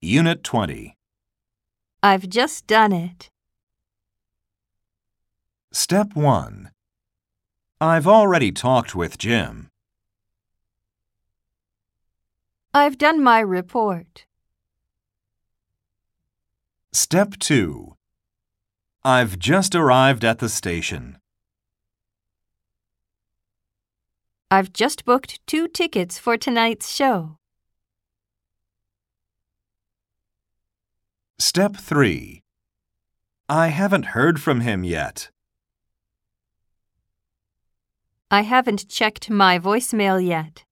Unit 20. I've just done it. Step 1. I've already talked with Jim. I've done my report. Step 2. I've just arrived at the station. I've just booked two tickets for tonight's show. Step 3. I haven't heard from him yet. I haven't checked my voicemail yet.